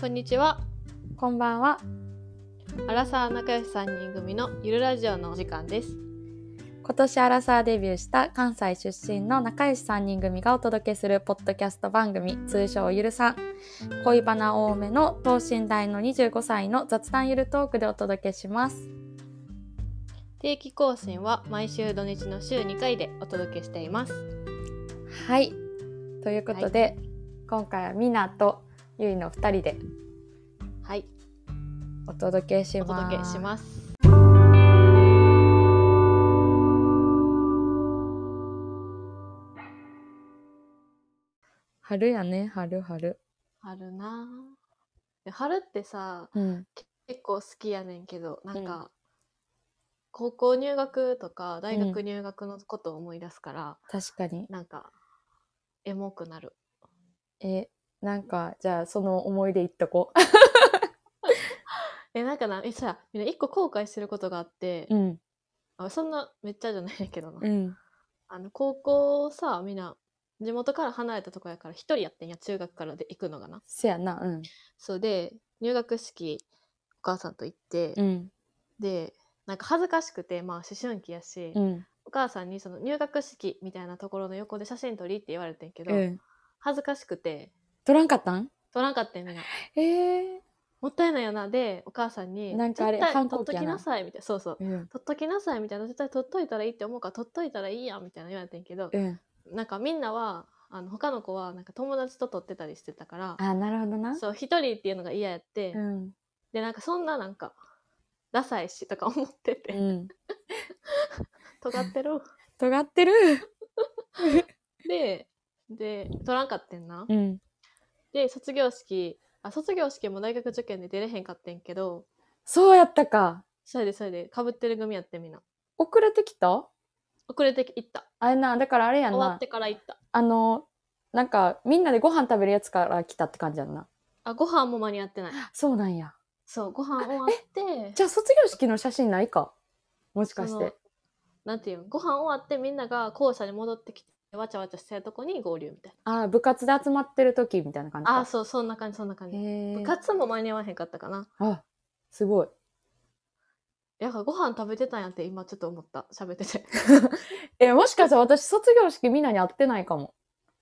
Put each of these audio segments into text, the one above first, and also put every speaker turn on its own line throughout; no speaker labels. こんにちは。
こんばんは。
アラサー仲良し3人組のゆるラジオのお時間です。
今年アラサーデビューした関西出身の仲良し3人組がお届けするポッドキャスト番組、通称ゆるさん。恋バナ多めの等身大の25歳の雑談ゆるトークでお届けします。
定期更新は毎週土日の週2回でお届けしています。
はい。ということで、今回はミナとゆいの2人で
はい、
お届けし
お
ます。
届けします。
春やね、春春。
春なぁ。春ってさ、
うん。
結構好きやねんけど、なんか、高校入学とか大学入学のことを思い出すから、
確かに。
なんか、エモくなる。
え、なんか、じゃあその思い出言っとこ
え、なんかな、え、さ、みんな一個後悔してることがあって、
う。うん。
あそんなめっちゃじゃないけどな。
うん。
あの高校さみんな地元から離れたとこやから一人やってんや中学からで行くのがな
せやな、うん。
そうで入学式お母さんと行って、
うん。
でなんか恥ずかしくてまあ思春期やし、
うん。
お母さんにその入学式みたいなところの横で写真撮りって言われてんけど、
うん。
恥ずかしくて
取らんかったん
撮らんかったんみんな
ええ
もったいないよなでお母さんに
なんかあれ
絶対
反
撮っ
抗
と
期や
き
な
なさいみたいなそうそう
うん。
撮っときなさいみたいな絶対撮っといたらいいって思うから撮っといたらいいやんみたいな言われてんけど、
うん。
なんかみんなはあの他の子はなんか友達と撮ってたりしてたから
あ、なるほどな。
そう一人っていうのが嫌やって、
うん。
でなんかそんななんかダサいしとか思ってて、
うん。
尖ってる
尖ってる。
でで撮らんかってんな、
うん。
で卒業式あ卒業式も大学受験で出れへんかってんけど
そうやったか。
それでそれでかぶってる組やってみんな
遅れてきた
遅れていった
あれな、だからあれやん
終わっ
な
て。から行った
あの、なんか、みんなでご飯食べるやつから来たって感じやんな。
あご飯も間に合ってない
そうなんや。
そうご飯終わって
じゃあ卒業式の写真ないかもしかし
その
て。
なんていうんご飯終わってみんなが校舎に戻ってきてわちゃわちゃしてるとこに合流みたいな
あー部活で集まってる時みたいな感じか。
あーそうそんな感じそんな感
へ
じ
え
部。活も間に合わへんかったかな
あ、すごい。
やっぱご飯食べてたんやって今ちょっと思った喋ってて
え、もしかしたら私卒業式みんなに会ってないかも。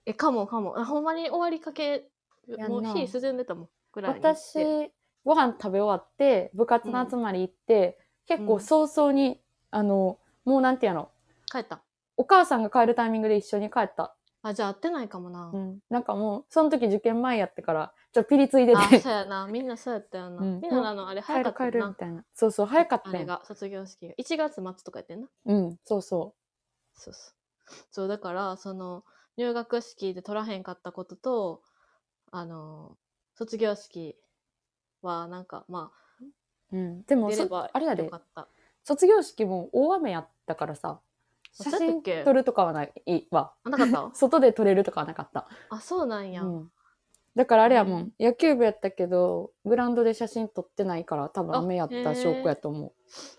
えかもかもあほんまに終わりかけ
やんな
もう火進んでたもんぐらいに行って
私ご飯食べ終わって部活の集まり行って、結構早々に、あのもうなんていうの
帰った
お母さんが帰るタイミングで一緒に帰った、
あじゃあ会ってないかもな、
うん、なんかもうその時受験前やってからちょっとピリついて
あ
て
そうやなみんなそうやったよな、
うん
みんなあのあれ
帰
早かっ
る
た
帰
よ
る
な
みたいなそうそう早かっ
あ
た
れ
よ
が卒業式が1月末とかやってんな
うんそうそ
そうそうそうだからその入学式で取らへんかったこととあの卒業式はなんかま
う、うん、で
あ
も
出れ
そ
ば
あれや
よ
で
かった
卒業式も大雨やったからさ
あそう
写
やった
真
っけ
撮るとかはないわ
あなかった
外で撮れるとかはなかった
あそうなんや、
うん、だからあれや
う
も、
ん
野球部やったけどグラウンドで写真撮ってないから多分
あ
雨やった証拠やと思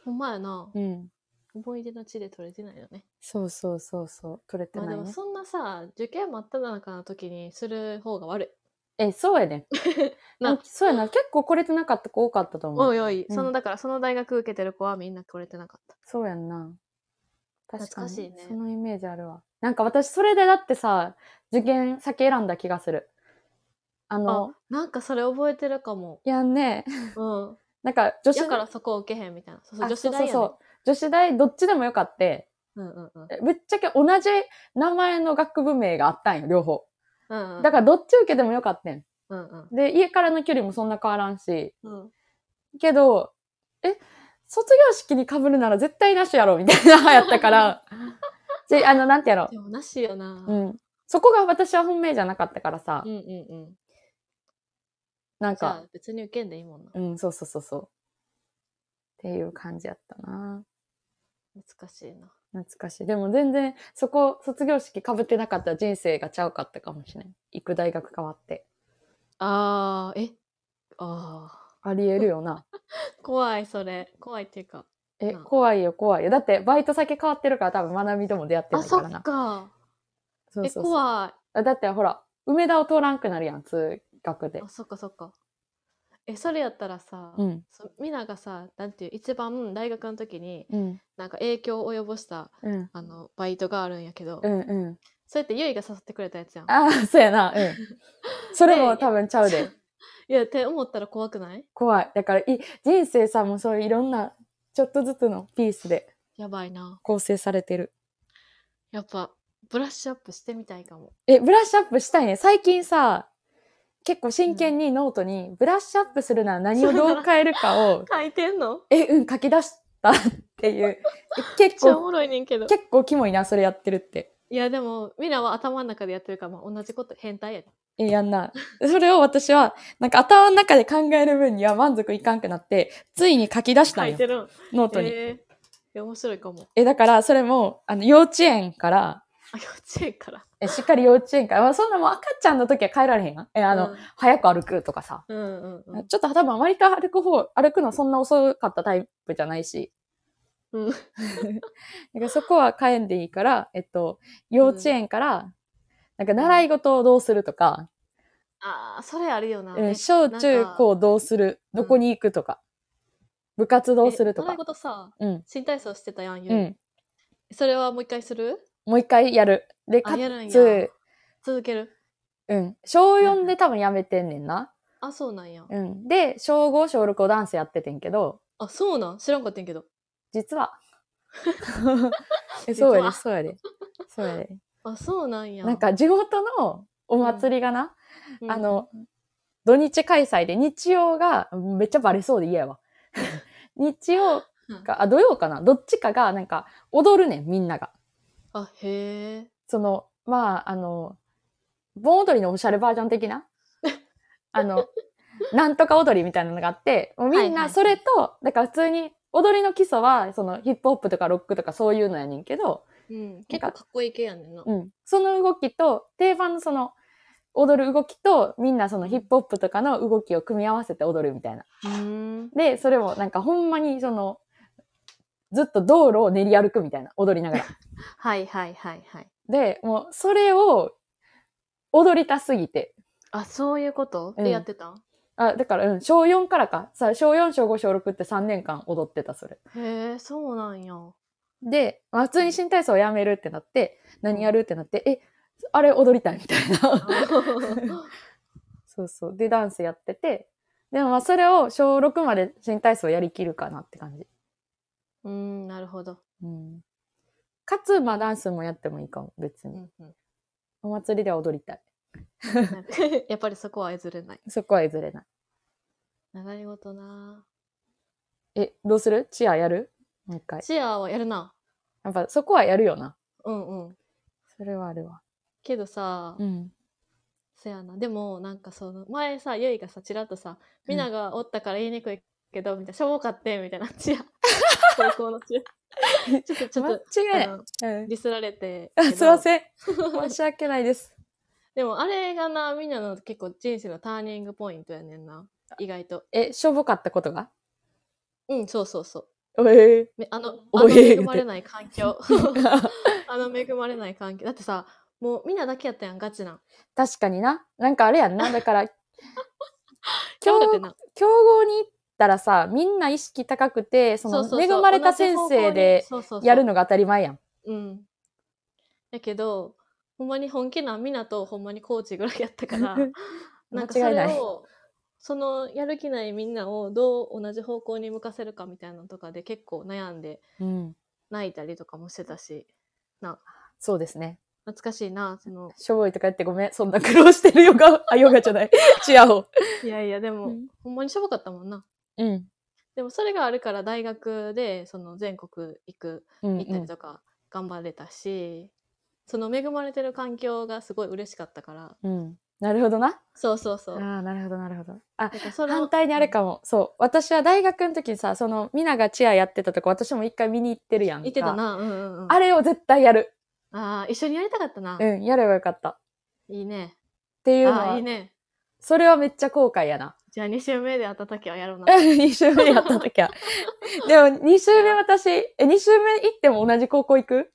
ほんまやな
う、うん
思い出の地で取れてないよね
そうそうそうそう撮れて
まあ
な
で
い
も
ね、
そんなさ受験真っ只中の時にする方が悪い
えそう やね
な
なんかそうやな結構来れてなかった子多かったと思う、
おいおい、
うん
そのだからその大学受けてる子はみんな取れてなかった
そうやんな確か
懐か
に
しいね
そのイメージあるわなんか私それでだってさ受験先選んだ気がするあの
あなんかそれ覚えてるかも
いやね
うん
なんか女子
やからそこ受けへんみたいなそうそう
あ
女子大やね
そうそうそう女子大どっちでもよかって
うんうんうん
ぶっちゃけ同じ名前の学部名があったんよ、両方。
うんうん
だからどっち受けてもよかったん。
うんうん
で、家からの距離もそんな変わらんし。
うん
けど、え、卒業式に被るなら絶対なしやろ、みたい なやったから。で、あの、なんてやろ
でもなしよな。
う。うん。そこが私は本命じゃなかったからさ
う、んうんうん。
なん
じゃあ
か、
別に受けんでいいもんな。
うん、そうそうそうそう。っていう感じやったな。
難しいな。
懐かしい。でも全然、そこ、卒業式被ってなかったら人生がちゃうかったかもしれん。行く大学変わって。
あー、えあ
ありえるよな。
ー。怖いそれ。怖いっていうか。
え、
うん
怖いよ、怖いよ。だって、バイト先変わってるから、多分、学びとも出会って
あ、
ないか
そ
らな。
っか。
そう
え、
そうそう
怖
だって、ほら、梅田を通らんくなるやん、通学で
い。あ、。そっかそっか。えそれやったらさ、
うん
そみんながさなんていう一番大学の時に
うん
なんか影響を及ぼした
うん
あのバイトがあるんやけど、
うんうん
そうやってゆいが誘ってくれたやつやん。
ああそうやなうん それも多分ちゃうで
いやって思ったら怖くない
怖いだからい人生さもうそういういろんなちょっとずつのピースで
やばいな。
構成されてる
やっぱブラッシュアップしてみたいか も。
えブラッシュアップしたいね最近さ結構真剣にノートにブラッシュアップするなら何をどう変えるかを
書いてんの
えうん書き出したっていうえ 結
めっちゃお
構
もろいねんけど。
結構キモいなそれやってるって
いやでもみんなは頭の中でやってるから、まあ、同じこと変態やで。
え、やんな。それを私は、なんか頭の中で考える分には満足いかんくなって、ついに書き出した
書
ん
い
よ
て。るん。
ノートに。え
えーいや面白いかも。
だから、それも、あの、幼稚園から、
あ幼稚園から。
え、しっかり幼稚園から、まあそんなもう赤ちゃんの時は帰られへんやん。え、あの、
うん
早く歩くとかさ。
うんうんうん。
ちょっと多分割と歩く方、歩くのそんな遅かったタイプじゃないし。
うん
だからそこは変えんでいいから、えっと、幼稚園から、なんか習い事をどうするとか、
ああ、それあるよな。
うん
ね
小中高どうする
うん
どこに行くとか、部活どうすると
え習
か
い、事さ、
うん
新体操してたやん、ゆ
う
い
ん、
それはもう一回する
もう一回やるで
あ
か
やるんや
つ、
続ける
うん、小
うんう
4
ん
で多分やめてんねんな、
あ、そうなんや。
うん、で小5小6をダンスやっててんけど
あ、そうなん知らんかったんやけど。
実 はえ
実
そう
は
やでそうやでそ うやで
あ、そうなんや。
なん、か地元のお祭りがな、
うん
あ、の土日開催で日曜がめっちゃバレそうで嫌やわ 日曜かあ土曜かなどっちかがなんか踊るねんみんなが
あ、へえ。
その、まあ、あの、盆踊りのおしゃれバージョン 的な、あの、なんとか踊りみたいなのがあって、もうみん
はいはい
なそれと、だから普通に、踊りの基礎は、そのヒップホップとかロックとかそういうのやねんけど、
うん。結構かっこいい系やねんな。
うん。その動きと、定番のその、踊る動きと、みんなそのヒップホップとかの動きを組み合わせて踊るみたいな。
うーん。
で、それもなんかほんまにその、ずっと道路を練り歩くみたいな、踊りながら。
はいはいはいはい。
で、もうそれを踊りたすぎて、
あ、そういうこと
うん
でやってたん、
あ、だから、うん、小4からか。さ、小4、小5、小6って3年間踊ってた、それ。
へえ、そうなん や。
で、まあ、普通に新体操をやめるってなって、何やるってなって、え、あれ踊りたいみたいな。そうそう。で、ダンスやってて、でもまあ、それを小6まで新体操やりきるかなって感じ。
うーん、なるほど。
うん。かつ、まあ、ダンスもやってもいいかも、別
う
に。
んうん、
お祭りでは踊りたい。
なんか やっぱりそこは譲れない。
そこは譲れない。
習い事な
え、どうするチアやるもう一
ぁ
回。
チアはやるな。
やっぱ、そこはやるよな。
うんうん。
それはあるわ。
けどさ、
ん。
せやな。でも、なんかその、前さ、ゆいがさ、ちらっとさ、みながおったから言いにくいけど、みたいな、しょぼかって、みたいな、チア。 高校のチ ア。ちょっと、ちょっと、
間違い
あ
ない
の。
うん
ディスられて。
あすいま
ん。
せん。申し訳ないです。
でも、あれがな、みんなの結構人生のターニングポイントやねんな。意外と。
え、しょぼかったことが
うん、そうそうそう。
え
めあの、あ
お
の
え
恵
ー
まれない環 境。
ー
あの恵まれない環境。だってさ、もうみんなだけやったやん、ガチなん。
確かにな。なんかあれやんな。だから、
今
強
日だってな、
競合に行ったらさ、みんな意識高くて、その、恵まれた先生で
同じ方向に
やる。のが当たり前やん。、
そうそうそううん。やけど、ほんまに本気なみなとほんまにコーチぐらいやったから なんかそ
間違いな
れ
い。
を、そのやる気ないみんなをどう同じ方向に向かせるかみたいなのとかで結構悩んで
うん。
泣いたりとかもしてたし、
そうですね。
懐かしいな、その、
しょぼいとか言ってごめん。そんな苦労してるヨガ、 あ、ヨガじゃない。チアを。
いやいや、でも、
うん
ほんまにしょぼかったもんな。
うん。
でもそれがあるから大学でその全国行く
うん
行った
う
りとか頑張れたし、その恵まれてる環境がすごい嬉しかったから
ん。うん。なるほどな。
そうそうそ
あ
う
あ、なるほど、なるほど。あ
だ、からそれを
反対にあれかも。そう。私は大学の時にさ、その、みながチアやってたとこ、私も一回見に行ってるやんか。
言ってた。なうんうんうん
あれを絶対やる。
あー一緒にやりたかったな、
うん、やればよかった。っ
いいね
ていうの
あ
は、
ーいいね
それはめっちゃ後悔やな。
じゃあ2週目で会った時はやろうな
2週目やった 時は。でも、2週目私、え、2週目行っても同じ高校行く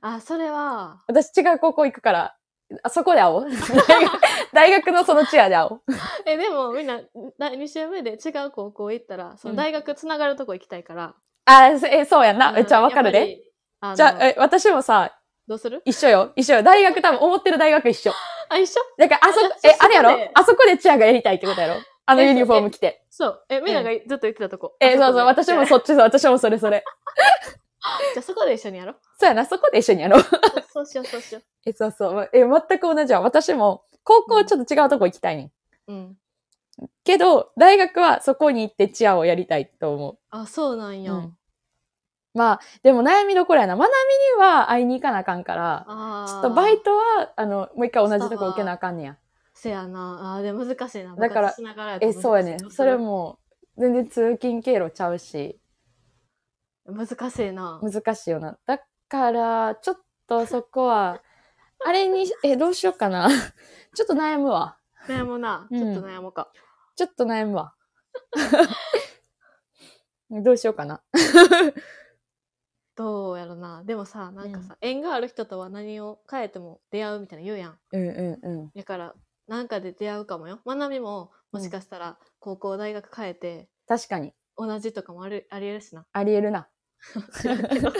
あそれは
私違う高校行くから。あそこで会おう。大学大学のそのチアで会おう。
え、でもみんな、だ2週目で違う高校行ったら、その
うん
大学つながるとこ行きたいから。
あ、そえ、そうやんな。
うん
じゃあわかる。で。
やっぱりあの
じゃあ、え、私もさ、
どうする
一緒よ。一緒よ。大学多分思ってる大学一緒。
あ、一緒
だから、あそこ
あじゃ、あ
え、
そこで
あれやろあそこでチアがやりたいってことやろあの
え
ユニフォーム着て。
そう。え、みんながずっと言ってたとこ。
え、そうそう。
あこで
私もそっちそう。私もそれそれ。
じゃあそこで一緒にやろう。
そうやな。そこで一緒にやろう。
そうしよう、そうしよ
え、そうそう。え、全く同じや。私も、高校ちょっと違うとこ行きたいねん。
う。うん。
けど、大学はそこに行ってチアをやりたいと思
あ、そうなん
う。
や。
うんまあ、でも悩みどころやな。まなみには会いに行かなあかんから、
ああ。
ちょっとバイトは、あの、もう一回同じとこ受けなあかんねや。
せやな。あーでも難しいな。
だから
部活しながらやと
え、
難しい
そうやね。それ。も、全然通勤経路ちゃうし、
難しいな。
難しいよな。だから、ちょっとそこは、あれに、え、どうしようかな。 ちょっと悩むわ。
悩むな。
うん
ちょっと悩もうか。
ちょっと悩むわ。どうしようかな。
どうやろな。でもさ、なんかさ、縁がある人とは何を変えても出会うみたいな言うやん。
うんうんうん。
だから、なんかで出会うかもよ。まなみも、もしかしたら、高校、大学変えて、
確かに、
同じとかもある、ありえるしな。
ありえるな。
知らんけど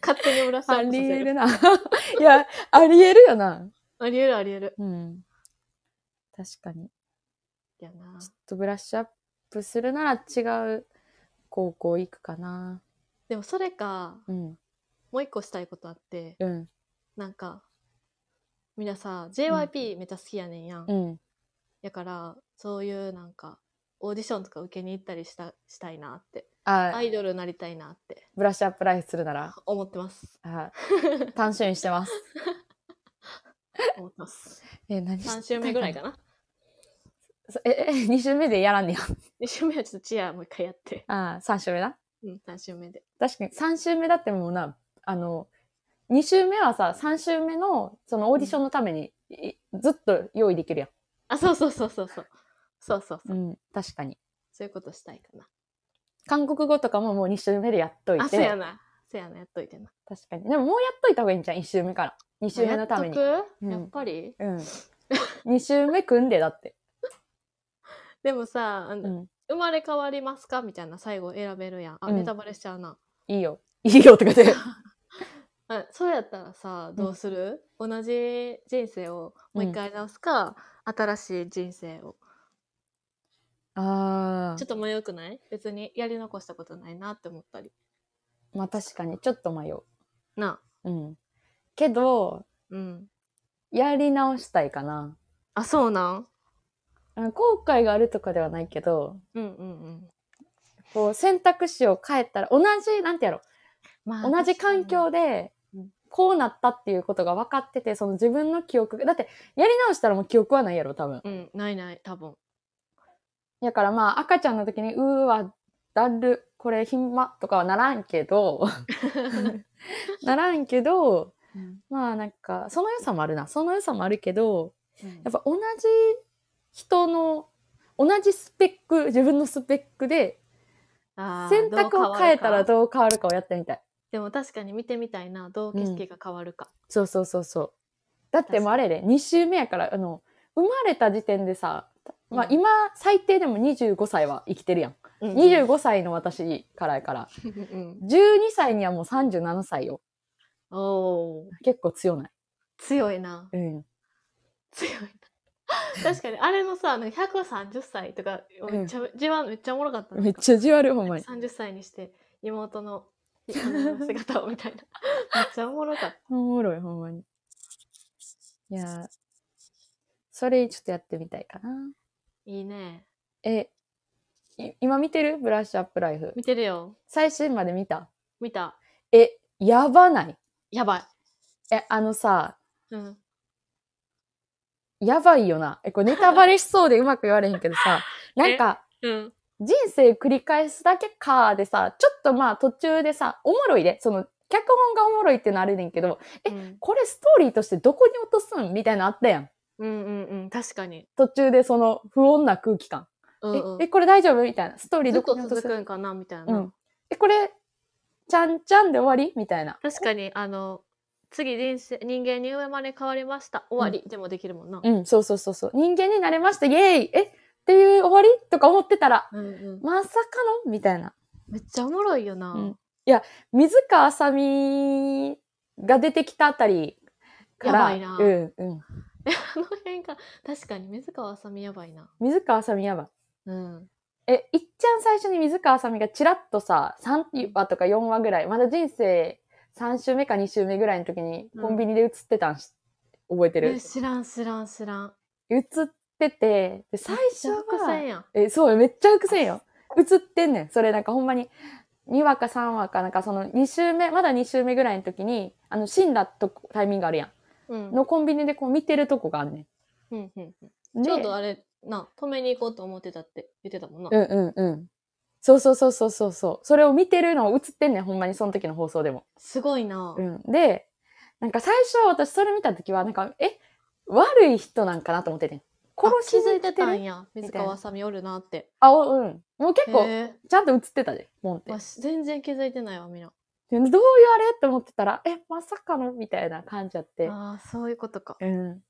勝手に村さ
あ
ん
りえるな。いや、ありえるよな。
ありえるありえる。
うん。確かに。
やな
ちょっとブラッシュアップするなら違う高校行くかな。
でもそれか、
うん。
もう一個したいことあって、
うん。
なんか、みんなさ、JYP めっちゃ好きやねんやん。
うん。
だから、そういうなんか、オーディションとか受けに行ったりしたしたいなって。
あ
ア、イドルになりたいなって
ブラッシュアップライフするなら、
思ってます。
あ単身してます。
思ってます。
え、何
3週目ぐらい
か
かな。
な。え、え、2週目でやらんねや。
2週目はちょっとチアもう一回やって。
ああ、3週目な。
うん、3週目で。
確かに3週目だってもうな、あの、2週目はさ、3週目のそのオーディションのために、いずっと用意できるや
あ、そうそうそうそうそう。そうそうそう。
ん。うん、確かに。
そういうことしたいかな。
韓国語とかももう2週目でやっとい
あ、
て。
そうやな。そうやな、やっといてな。
確かに。でももうやっといた方がいいんじゃん、1週目から。2週目のために。
あやっとく
うん
やっぱり
うん。2週目組んで、だって。
でもさ、あの
うん。
生まれ変わりますかみたいな最後選べるやん。あ、
うん
ネタバレしちゃうな。
いいよ。 いいよとかで。
あそうやったらさ、どうする、同じ人生をもう一回直すか、新しい人生を。
あ
ちょっと迷うくない別にやり残したことないなって思ったり。
あ。まあ確かに、ちょっと迷う。
なあ。
うん。けど、
うん。
やり直したいかな。
あ、そうなん
うん後悔があるとかではないけど、
うんうんうん。
こう選択肢を変えたら、同じ、なんてやろ、
ま
同じ環境で
うん、
こうなったっていうことが分かってて、その自分の記憶が、だって、やり直したらもう記憶はないやろ、多分。
うん、ないない、多分。
だからまあ、赤ちゃんの時に、うーわ、だる、これ、ひんま、とかはならん けど、ならんけど、
うん
まあなんか、その良さもあるな。その良さもあるけど、やっぱ同じ人の、同じスペック、自分のスペックで、
あー
選択を変えたら
どう変わるか
どう変わるかをやってみたい。
でも確かに見てみたいな、どう景色が変わるか。
そうそうそうそう。だってもうあれで、2週目やから、あの、生まれた時点でさ、まあ
うん
今、最低でも25歳は生きてるやん。
うんうん
25歳の私からやから、
うん
12歳にはもう37歳よ。
うん、おー
結構強ない。
強いな
うん。
強いな確かにあれのさなんか130歳とかめっちゃ、自慢めっちゃおもろかったな
めっちゃじわる、ほんまに。
30歳にして妹 のあの姿をみたいなめっちゃおもろかった
おもろい、ほんまに。いやーそれちょっとやってみたいかな。
いいね
え、い今見てるブラッシュアップライフ。
見てるよ
最新まで見た
見た
え、やばない
やばい
え、あのさ、
うん
やばいよな。え、これネタバレしそうでうまく言われへんけど さ、なんか、
うん
人生繰り返すだけかでさ、ちょっとまあ途中でさ、おもろいで、その、脚本がおもろいってのあれねんけど、え
うん
これストーリーとしてどこに落とすんみたいなのあったやん。
うんうんうん確かに、
途中でその不穏な空気感。
うんうん
え、え、これ大丈夫みたいな。ストーリー
ず
ど
っ
ことに落と
続
す
くんかなみたいな、
うん。え、これ、ちゃんちゃんで終わりみたいな。
確かにあの次人生、人間に生まれ変わりました。終わり。でもできるもんな。
うん、そうそうそうそう。人間になれました、イエーイえっていう終わりとか思ってたら、
うんうん。
まさかのみたいな。
めっちゃおもろいよな。
うん水川あさみが出てきたあたりから、
やばいな
うん、うん。
あの辺が、確かに水川あさみやばいな。
水川あさみやばい。
うん。
え、いっちゃん最初に水川あさみがチラッとさ、3話とか4話ぐらい、まだ人生3週目か2週目ぐらいの時に
うん
コンビニで映ってたんし、覚えて
え
る
知らん知らん知らん。
映ってて、で最初は、
伏線やん。
え、そうよ、めっちゃ伏線よ。映ってんねん。それなんかほんまに、2話か3話かなんかその2週目、まだ2週目ぐらいの時に、あの、死んだとこタイミングあるや
うん。
ん。のコンビニでこう見てるとこがあんね
うんうんうん
ん。
ち
で
ょっとあれ、な、止めに行こうと思ってたって言ってたもんな。
うんうんうん。そうそうそうそうそうそう。それを見てるのを映ってんねん、ほんまにその時の放送でも。
すごいな。
うん。で、なんか最初私それ見た時は、なんか、え、悪い人なんかなと思っててん。
あ
殺し
気づいてたん
る
や。
たいな
水川あさみおるなって。
あ、おうん。もう結
へ
構、
え
ちゃんと映ってたで、ポンって
わ。し全然気づいてないわ、みんな。
でどういうあれと思ってたら、え、まさかのみたいな感じやって。
ああ、そういうことか。
うん。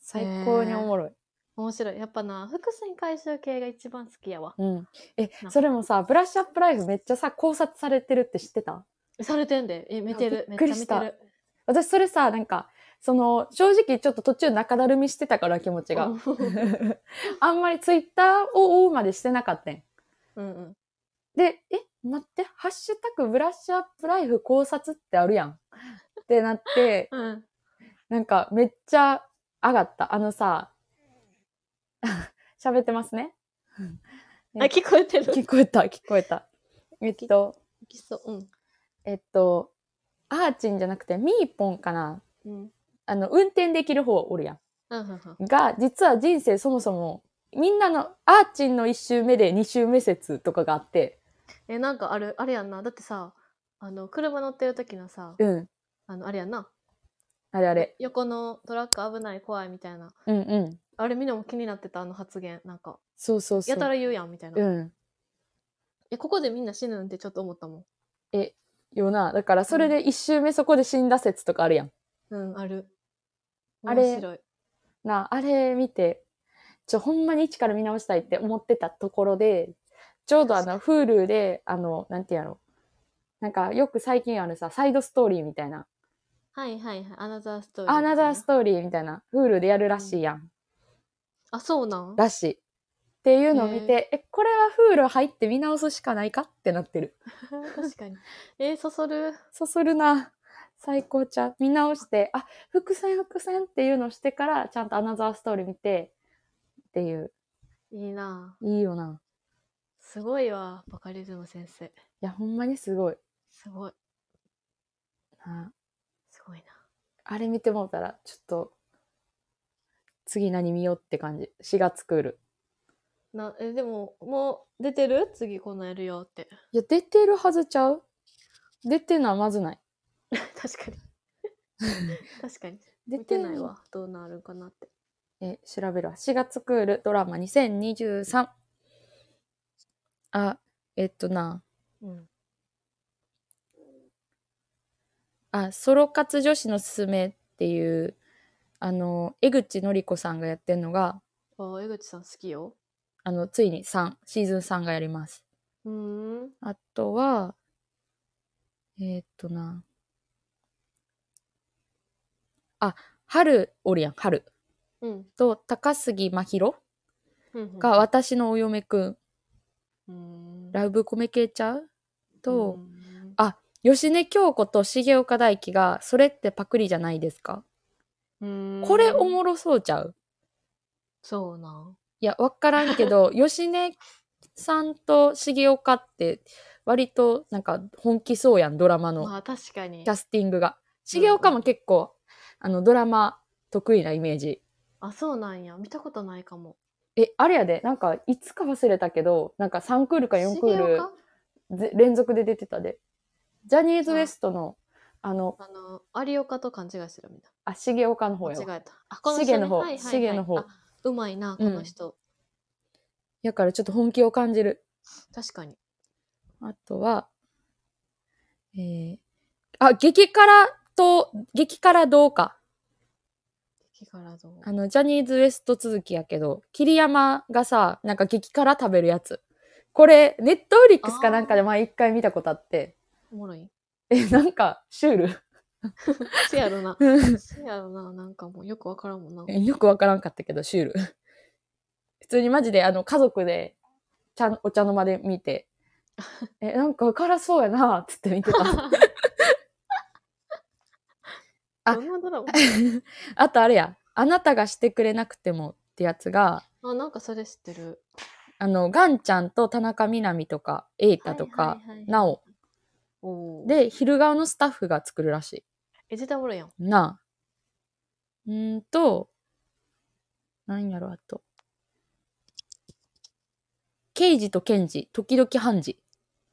最高におもろい。
面白い。やっぱな、伏線回収系が一番好きやわ。
うん。え
な、
それもさ、ブラッシュアップライフめっちゃさ、考察されてるって知ってた
されてんで。え、見てる。
び
め
っ
っ
く
ち
り
ゃ
し
見
た
てる。
私それさ、なんか、その、正直ちょっと途中中だるみしてたから気持ち
う
が
ん。
あんまりツイッターを追うまでしてなかったん。
うんうん。
で、え、待って、ハッシュタグブラッシュアップライフ考察ってあるやん。ってなって、
うん。
なんかめっちゃ上がった。あのさ、 喋ってますね。
あ、聞こえてる。
聞こえた、聞こえた。えっと、
きそう。
えっと、アーチンじゃなくてミーポンかな。
うん。うん。
あの、運転できる方おるや
うんうんうん。
ん。が、実は人生そもそも、みんなの、アーチンの1周目で2周目説とかがあって、
え、なんかある、あれやんな。だってさ、あの、車乗ってる時のさ、
うん。
あの、あれやんな。
あれあれ。
横のトラック危ない、怖いみたいな。
うんうん。
あれみんなも気になってた、あの発言。なんか、
そうそうそう。
やたら言うやん、みたいな。
うん。
え、ここでみんな死ぬんってちょっと思ったもん。
よな。だから、それで1周目そこで死んだ説とかあるやん。
うん、ある。
あれ
面白い。
なあ、あれ見て、ちょ、ほんまに一から見直したいって思ってたところで、ちょうどあの、Hulu で、あの、なんていうんやろ。なんか、よく最近あるさ、サイドストーリーみたいな。
はいはいはい。アナザーストーリー。
アナザーストーリーみたいな。Hulu でやるらしいやん。
あ、そうなん
らしい。っていうのを見て、え、これは Hulu 入って見直すしかないかってなってる。
確かに。えー、そそる。
そそるな。最高ちゃん。見直して、あ、伏線伏線っていうのをしてから、ちゃんとアナザーストーリー見て、っていう。
いいなぁ
いいよな。
すごいわ、バカリズム先生。
いや、ほんまにすごい。
すごい。
な
すごいな。
あれ見てもうたら、ちょっと、次何見ようって感じ。4月クール。
なえでも、もう出てる次こんなんやるよって。
いや、出てるはずちゃう出てんのはまずない。
確か に。確かに。
出
見てない。わ。どうなるかなって。
え、調べるわ。4月クールドラマ2023。あ、えっとな、
うん。
あ、ソロ活女子のすすめっていう、あの、江口のり子さんがやってんのが、
あ、江口さん好きよ。
あの、ついに3、シーズン3がやります。
うーん。
あとは、えーっとな。あ、春おるやん、春。
うん。
と、高杉真宙
うん。
が、私のお嫁くん、
うん。
ラブコメ系ちゃうと、
うん
芳根京子と重岡大樹が、それってパクリじゃないですか、
うん
これおもろそうちゃう
そうなん。
いや、わからんけど、 芳根さんと重岡って、割と、なんか、本気そうやん、ドラマの。
まあ確かに
キ。ャスティングが。重岡も結構、あの、ドラマ得意なイメージ。
あ、そうなんや。見たことないかも。
え、あれやで、なんか、いつか忘れたけど、なんか3クールか4クー
重
ル
岡
ぜ連続で出てたで。ジャニーズ WEST の、あの、
あの、有岡と勘違いしてるみたいな。
あ、重岡の方
間
やわ。
違えた。あ、この人、ね、
シゲの方
はいはいはい
シゲの方
あうまいな、この人。
やからちょっと本気を感じる。
確かに。
あとは、えー、あ、激辛と、激辛どうか。
激辛どう
あの、ジャニーズ WEST 続きやけど、桐山がさ、なんか激辛食べるやつ。これ、ネットフリックスかなんかで前一回見たことあって、
おもろい
え、なんか、シュール。
せやろな
うん
せやろな。なんかもうよくわからんもんな。
よくわからんかったけど、シュール。普通にマジで、あの、家族で、ちゃん、お茶の間で見て、え、なんか辛そうやな、つって 見てた。あ
どんなドラマ
あとあれや、あなたがしてくれなくてもってやつが、
あ、なんかそれ知ってる。
あの、ガンちゃんと田中みな実とか、エイタとか、
はいはいはい
なお。
おで、
で、昼顔のスタッフが作るらし
え、絶対おもろいやん。
い。なあ。うーんと、なんやろ、あと。刑事と検事、時々判 事。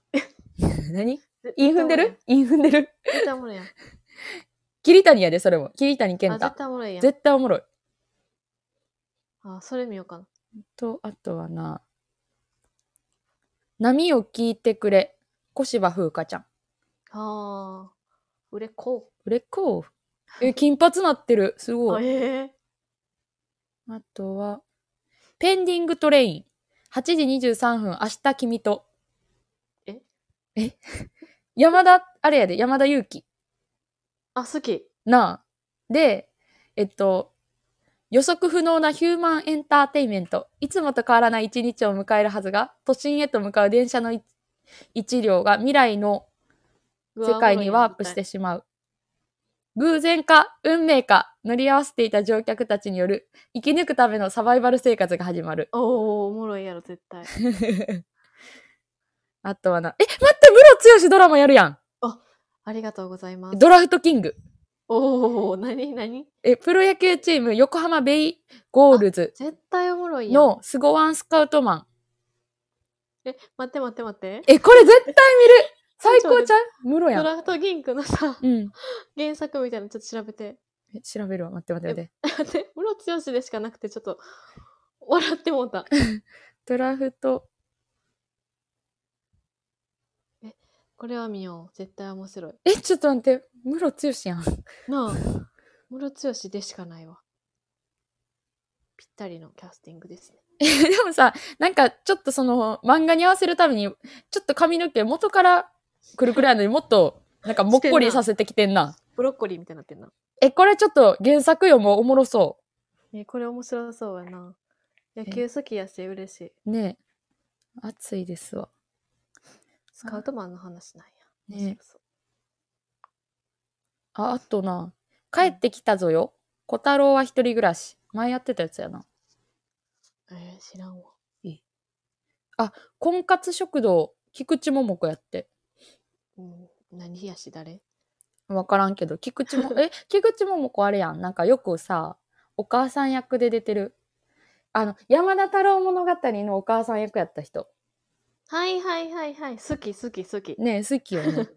何イン踏んでるイン踏んでる
絶対おもろいやん。絶
桐谷やで、それも。桐谷
対おもろいやん
健
あ、
太
絶。対おもろいやん。
絶対おもろい。
あ、それ見ようかな。
と、あとはな、波を聞いてくれ、小芝風花ちゃん。
ああ。売れっ子。
売れっ子 え、金髪なってる。す
あ、
ごい。
ええ
あとは、ペンディングトレイン。8時23分、明日君と。
え
え 山田、あれやで、山田裕貴。
あ、好き。
なあ。で、えっと、予測不能なヒューマンエンターテインメント。いつもと変わらない一日を迎えるはずが、都心へと向かう電車のい一両が未来の
うわ
世界にワープして。しまう。偶然か、運命か、乗り合わせていた乗客たちによる、生き抜くためのサバイバル生活が始まる。
おおおもろいやろ、絶対。
あとはな、え、待って、ムロツヨドラマやるやん
ありがとうございます。
ドラフトキング。
おおなになに
え、プロ野球チーム、横浜ベイゴールズ
絶対おもろいやん。
のスゴワンスカウトマン。
え、待って待って待って。
え、これ 絶対見る最高ちゃうムロや
ド
ん。
ラフトギンクのさ、
うん。
原作みたいなのちょっと調べて。
え調べるわ。待って待って待って。
待って、ムロツヨシでしかなくて、ちょっと、笑ってもうた。
ドラフト、
これは見よう。絶対面白い。
え、ちょっと待って、ムロツヨシやん。
なあ、ムロツヨシでしかないわ。ぴったりのキャスティングですね。
でもさ、なんかちょっとその漫画に合わせるために、ちょっと髪の毛元からくるくらいのにもっと、なんかもっこりさせてきてんな。
ブロッコリーみたいになってんな。
え、これちょっと原作よ、もうおもろそ
ね、これ面白そうやな。野球好きやし、嬉しい。
う。ねえ。暑いですわ。
スカウトマンの話なんや。
ね
面白そう
あ、あとな、帰ってきたぞよ。小太郎は一人暮らし。前やってたやつやな。
えー、知らんわ。
婚活食堂、菊池桃子やって。
うん、何やし誰
わからんけど、菊池も、え、菊池桃子あれやん。なんかよくさ、お母さん役で出てる。あの、山田太郎物語のお母さん役やった人。
はいはいはいはい。好き好き好き。
ねえ、好きよね。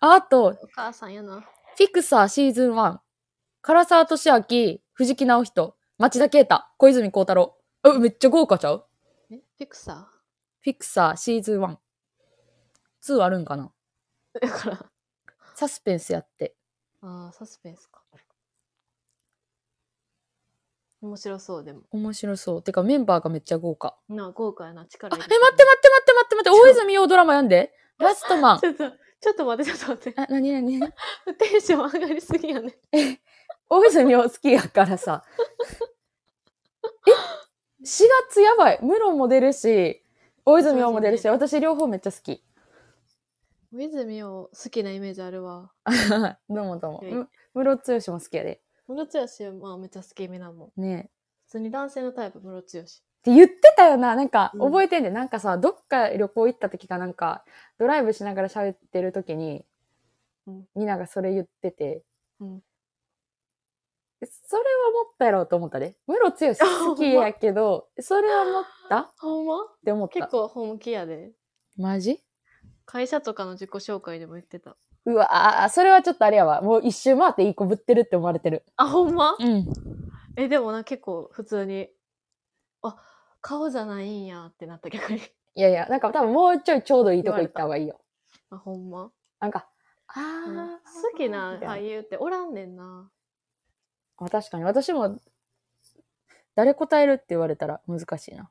ああと、
お母さんやな。
フィクサーシーズン1。唐沢俊明、藤木直人、町田啓太、小泉孝太郎。え、めっちゃ豪華ちゃう
え、ピクサ
フィクサーシーズン1。2あるんかな
ー だから、
サスペンスやって。
ああ、サスペンスか。面白そう、でも。
面白そう。てかメンバーがめっちゃ豪華。
なあ、豪華やな、力
あ、え、
入
待
れ
って
てる
待って待って待って待って、大泉洋ドラマやんで。ラストマ ン。
ちょっと、ちょっと待って、ちょっと待って。
あ、なになに
テンション上がりすぎやね。
大泉洋好きやからさ。え ?4 月やばい。ムロも出るし、大泉洋も出るし、私両方めっちゃ好き。
小泉を好きなイメージあるわ。
どうもどうも。
はい
むムロツヨシも好きやで。
ムロツヨシは、まあ、めっちゃ好き、みんなも。
ねえ。
普通に男性のタイプ、ムロツヨシ。
って言ってたよな。なんか、
うん
覚えてんで、なんかさ、どっか旅行行った時かなんか、ドライブしながら喋ってる時に、
うん
みんながそれ言ってて、
うん
でそれは持ったやろうと思ったで。ムロツヨシ好きやけど、 それは持ったっ
ほんま
て思った。
結構本気やで。
マジ
会社とかの自己紹介でも言ってた。
うわあ、それはちょっとあれやわ。もう一周回っていい子ぶってるって思われてる。
あ、ほんま
うん。
え、でもな、結構普通に、あ、顔じゃないんやってなった逆に。
いやいや、なんか多分もうちょいちょうどいいとこ行った方がいいよ。
あ、ほんま
なんか、あ
好きな
みたいな
俳優っておらんねんな。
あ確かに私も誰答えるって言われたら難しいな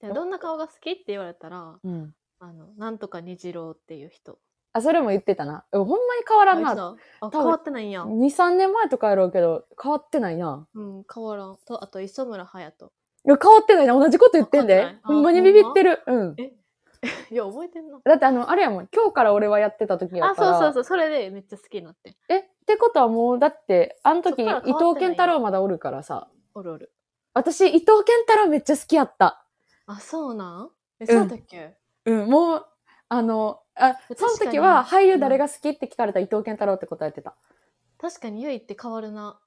でどんな顔が好きって言われたら、
うん
あの、なんとか虹郎っていう人。
あそれも言ってたなえほんまに変わらん
あいつ
な
だあ、
分
変わってないんや。
23年前とかやろうけど変わってないな
うん、変わらん。と、あと、磯村隼人。
いや変わってないな同じこと言ってん
変わっ
で
てないあ
ほんまにビビってるうん
いや、覚えてんな。
だってあのあれやもん今日から俺はやってた時や
あ、
から
そうそうそう。それでめっちゃ好きになってん。
えってことはもうだってあの
そっ
時伊
から
藤
変わってない
健太郎まだおるからさ
おるおる。
私伊藤健太郎めっちゃ好きやった
あ、そうなんえ、
う
そ
ん
うだっけ、
うんもうあのあその時は
確かに
俳優誰が好きって聞かれたら伊藤健太郎って答えてた
確かにゆいって変わるな。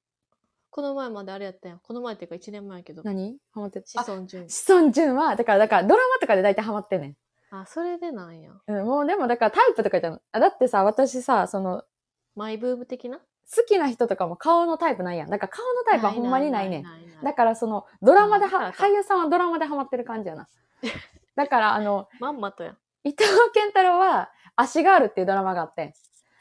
この前まであれやったやん。この前っていうか1年前やけど。
何ハマって
志
た
尊淳。
志尊淳は、だから、だから、ドラマとかで大体ハマってんねん。
あ、それでなんや。
うん、もうでも、だからタイプとかじゃん。あだってさ、私さ、その、
マイブーム的な
好きな人とかも顔のタイプないやん。だから顔のタイプはほんまにないねん。
いない
だから、その、ドラマで
あだ
は、
から
俳優さんはドラマでハマってる感じやな。だから、あの、
まんまとやん。
伊藤健太郎は、足があるっていうドラマがあってん。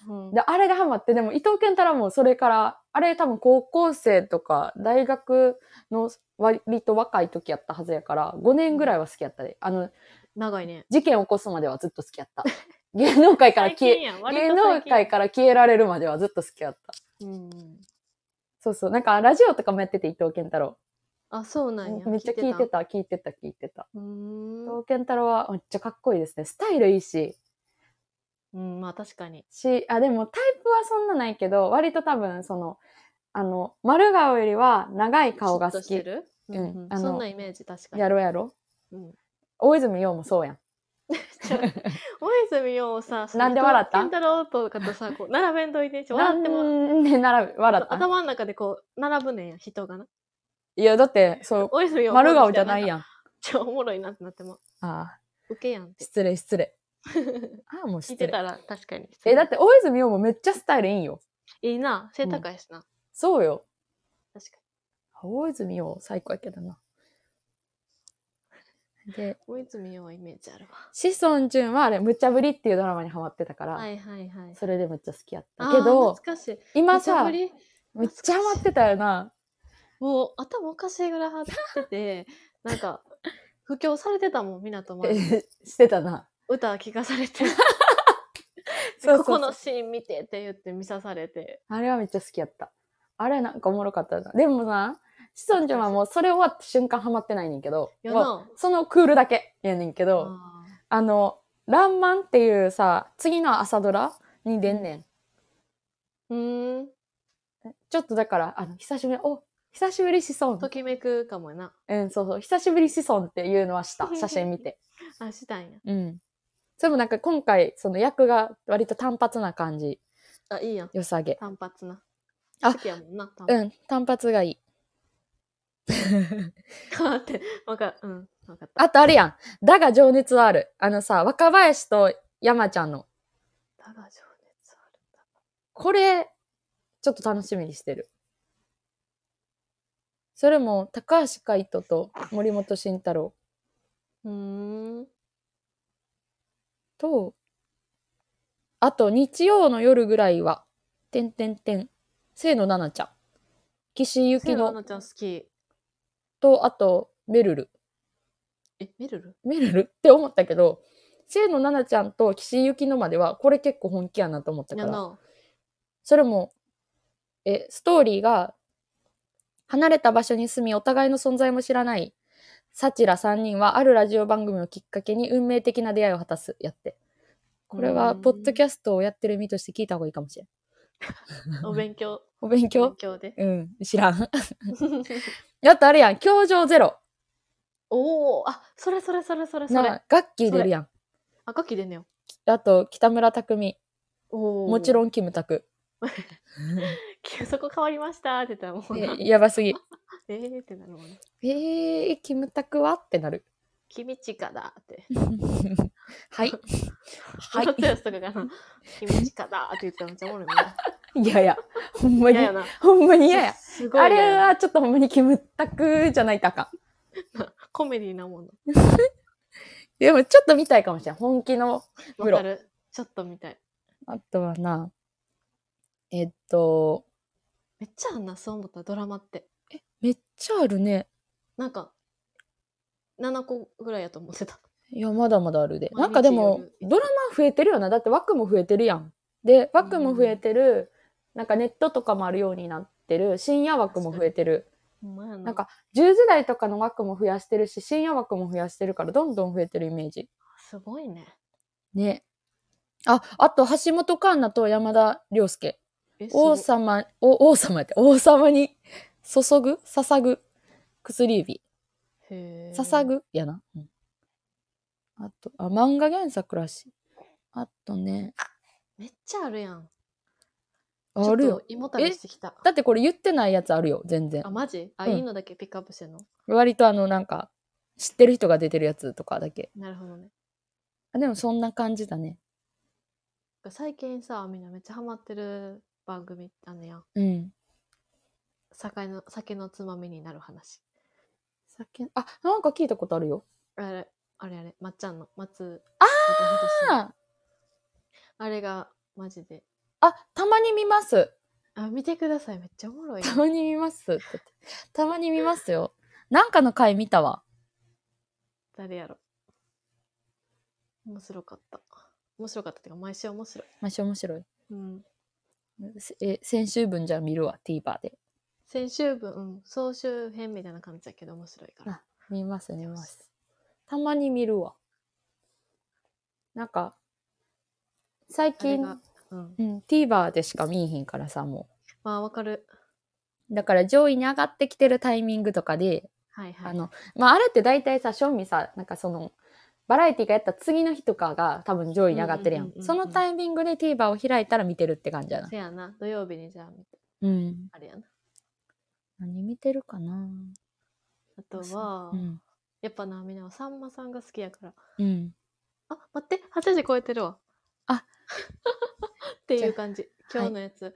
うん
で、あれでハマって、でも伊藤健太郎もそれから、あれ多分高校生とか大学の割と若い時やったはずやから、5年ぐらいは好きやったで。あの、
長いね。
事件起こすまではずっと好きやった。 芸能界から
最
消
近
え、
やん。割と
芸能
最近
界から消えられるまではずっと好きやった。
うん。
そうそう。なんかラジオとかもやってて、伊藤健太郎。
あ、そうなんや。
めっちゃ聞いて
た。
た、聞いてた、聞いてた。
うー
伊
ん。
藤健太郎はめっちゃかっこいいですね。スタイルいいし。
うん、まあ確かに。
し、あ、でもタイプはそんなないけど、割と多分、その、あの、丸顔よりは長い顔が好
シュッ
き
として。る
う
うんんうん
あの
そんなイメージ確かに。
やろうやろ
うん
大泉洋もそうやん。
ちょ大泉洋をさ、
なんで笑った
健太郎とかとさ、こう、並べんといて、ちょ笑っても、
なんで並べ、笑った。
頭の中でこう、並ぶねんや、人がな。
いや、だって、そ
大泉
う、
洋
丸顔じゃない
んか。
やん。あ
ちょ、おもろいなってなっても、
あ
ウケやんっ
ー、
て。
失礼、失礼。ああ、もう
聞
失
いて
礼
た。ら確かに。
え、だって大泉洋もめっちゃスタイルいいんよ。
いいな、背高いしな。
そうよ。
確か
大泉洋最高やけどな。で、
に。大泉洋はイメージあるわ。
志尊淳はあれ、むちゃぶりっていうドラマにハマってたから、
はいはいはい。
それでめっちゃ好きやっ
あ
た
ー
けど、
懐かしい。
今
むちゃ
さ
ぶ、り
めっちゃハマってたよな。
もう頭おかしいぐらい張って て、なんか、布教されてたもん、港まで。
してたな。
歌聞かされ て。
そうそうそう
ここのシーン見てって言って見さされて。
あれはめっちゃ好きやった。あれなんかおもろかったな。でもな、志尊淳はもうそれ終わった瞬間ハマってないねんけど、
や
もう
な。
そのクールだけやねんけど、
あ
あの、らんまんっていうさ、次の朝ドラに出んねん。
ーうーん。
ちょっとだから、あの、久しぶり、お、久しぶりシソン。
ときめくかもな。
うん、そうそう、久しぶりシソンっていうのはした。写真見て。
あ、したんや。
うん。それもなんか今回、その役が割と単発な感じ。
あ、いいやん。
良さげ。
単発な。
あ
好きやもんな、単
うん、単発がいい。
発。わ、って、わか、うん、わかった。
あとあれやん。だが情熱はある。あのさ、若林と山ちゃんの。
だが情熱あるんだ。
これ、ちょっと楽しみにしてる。それも、高橋海人と森本慎太郎
うーん。
と、あと、日曜の夜ぐらいは、てんてんてん、清野奈々ちゃん。岸井ゆ
せ
き
いの
の
のちゃん好き。
と、あと、めるる。
え、めるる
めるるって思ったけど、清野奈々ちゃんと岸井ゆきのまでは、これ結構本気やなと思ったか
や
ら。
な。
それも、え、ストーリーが、離れた場所に住み、お互いの存在も知らない、サチら3人は、あるラジオ番組をきっかけに運命的な出会いを果たす、やって。これは、
うん
ポッドキャストをやってる身として聞いた方がいいかもしれん。
お勉強。
お勉
お
強
勉強 で。
うん、知らん。あとあれやん、教場ゼロ。
おお、あ、それそれそれそれそれ。
な、楽器出るやん。
赤木でねよ。
あと、北村匠海。
お
もちろ
ん。
ん、キムタク。
そこ変わりましたって言ったらもうな、
えやばすぎ。
えーってなるもんね。
えー、キムタクはってなる。
君ちかだって。
はい。 はい
夏やつとかがな、君ちかだって言ったらめっちゃおもろいもんな。
い やいや、ほんまに
嫌やな。
ほんまに嫌や。
すごい
あ
嫌
れ
やな。
はちょっとほんまにキムタクじゃないとあかん。
コメディなもの。
でもちょっと見たいかもしれん。本気の。
わかる。ちょっと見たい。
あとはな、えっと、
めっちゃあんな、そう思ったらドラマって。
めっちゃあるね。
なんか、7個ぐらいやと思ってた。
いや、まだまだあるで。
まあ
なんかでも
見て、
ドラマ増えてるよな。だって枠も増えてるやん。で、枠も増えてる、なんかネットとかもあるようになってる、深夜枠も増えてる。
ほんまやな
なんか、10時台とかの枠も増やしてるし、深夜枠も増やしてるから、どんどん増えてるイメージ。
すごいね。
ね。あ、あと、橋本環奈と山田涼介。
えすご
王
い
様、お王様やって、王様に注ぐ捧ぐ薬指。
へー
捧ぐやな。うんあと、あ、漫画原作らしい。あとね、
めっちゃあるやん。
あるよ
ちょっと。胃もたれしてきた。
だってこれ言ってないやつあるよ、全然
あ、。マジあ、
うん
いいのだけピックアップしてんの
割とあの、なんか、知ってる人が出てるやつとかだけ。
なるほどね。
あでもそんな感じだね。
最近さ、みんなめっちゃハマってる番組あんねやん。
うん。
酒の酒のつまみになる話。
酒、あ、なんか聞いたことあるよ。
あれ、あれあれ、まっちゃんの、松
あ
あ
あ
あれが、マジで。
あ、たまに見ます。
あ、見てください。めっちゃおも ろいよ。
たまに見ますって言ってたまに見ますよ。なんかの回見たわ。
誰やろ。面白かった。面白かったっていうか、毎週面白い。
まし面白い。
うん。
せえ、先週分じゃ見るわ、TVer で。
先週分、うん、総集編みたいな感じだけど、面白いから。
あ見ます、見ます。たまに見るわ。なんか、最
あれ
近、
が、うん。
うん、TVer でしか見えへんからさ、も
まあ、わかる。
う。だから上位に上がってきてるタイミングとかで、
はいはい。
あの、まあ、あれって大体さ、正味さ、なんかその、バラエティがやった次の日とかが多分上位に上がってるや
うん
ん
うんうんう。ん
そのタイミングで TVer を開いたら見てるって感じやな
せ。やな。土曜日にじゃあ、
うん。
あれやな。
何見てるかな
あとは、
うん。
やっぱな、みんなはさんまさんが好きやから。
うん。
あ、待って、8時超えてるわ。
あ
っていう感じ。
じ
今
ゃあ
日のやつ、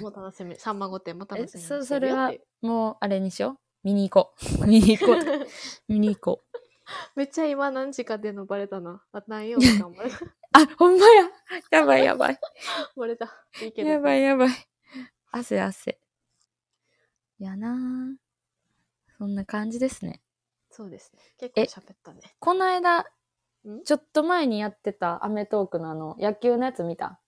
もう楽しみ。さんま御殿も楽しみに
え
し
そ
てるよっていう。
それはもう、あれにしよう。見に行こう。 見に行こう。見に行こう。
めっちゃ今何時か出るのバレたな。あ、何曜 日かもバレた。
あ、ほんまや。やばいやばい。
バレた。いいけど。
やばいやばい。汗汗。やなぁ。そんな感じですね。
そうですね。結構喋ったね。
この間
ん、
ちょっと前にやってたアメトークのあの、野球のやつ見た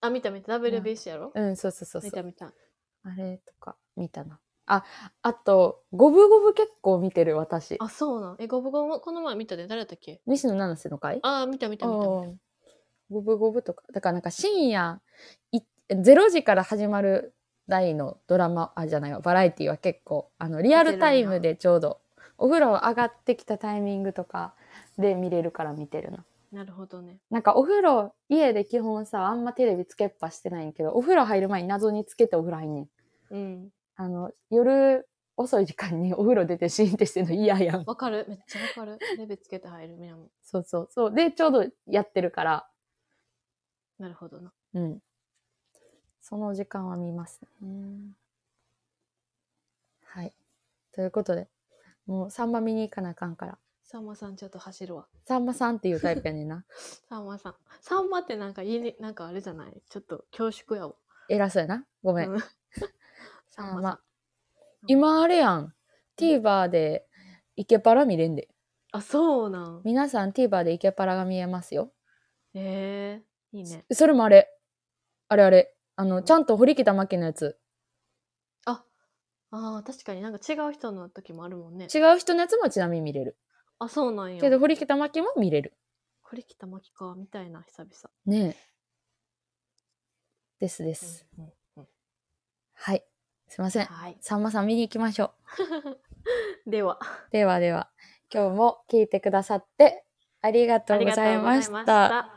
あ、見た見た。WBC やろ、
うん、そうそうそうそ
見た
う。
見た。
あれとか、見たな。あ、あと、五分五分結構見てる、私。
あ、そうなん。え、ゴブゴブ、この前見たで、誰だったっけ
西野七瀬の回
あー、見た見た見た見た。
うん五分五分とか。だからなんか深夜い、0時から始まる台のドラマ、あ、じゃないわ、バラエティは結構、あの、リアルタイムでちょうど、お風呂上がってきたタイミングとかで見れるから見てるな。
なるほどね。
なんかお風呂、家で基本さ、あんまテレビつけっぱしてないんやけど、お風呂入る前に謎につけてお風呂入んねん。
うん。
あの、夜遅い時間にお風呂出てシーンってしてんの嫌やん。
わかる。めっちゃわかる。レベつけて入る。みんなも。
そうそうそう。で、ちょうどやってるから、
なるほどな。
うん。その時間は見ますね。はい。ということで、もう、サンマ見に行かなあかんから。
さんまさんちょっと走るわ。
サンマさんっていうタイプやね んな。
さんまさん。さんまってなんか言いに、なんかあれじゃないちょっと恐縮やわ。
偉そうやな。ごめん。
うんさんまさん。
今あれやん。TVer で、イケパラ見れんで。
あ、そうなん。
皆さん TVer でイケパラが見えますよ。
ええいいね。
それもあれ。あれあれ。あの、ちゃんと堀北真希のやつ。
あ、あー確かになんか違う人の時もあるもんね。
違う人のやつもちなみに見れる。
あ、そうなんや。
けど、、堀北真希も見れる。
これ来た巻きか、みたいな、久々。
ねえ。ですです。
うんうん
はい。すいません。
はい。
さんまさん見に行きましょ
では、
う。ではでは、今日も聞いてくださってありがと
あ
う
り
ご
がと
ざいう
ござい
ま
ま
し。
したた。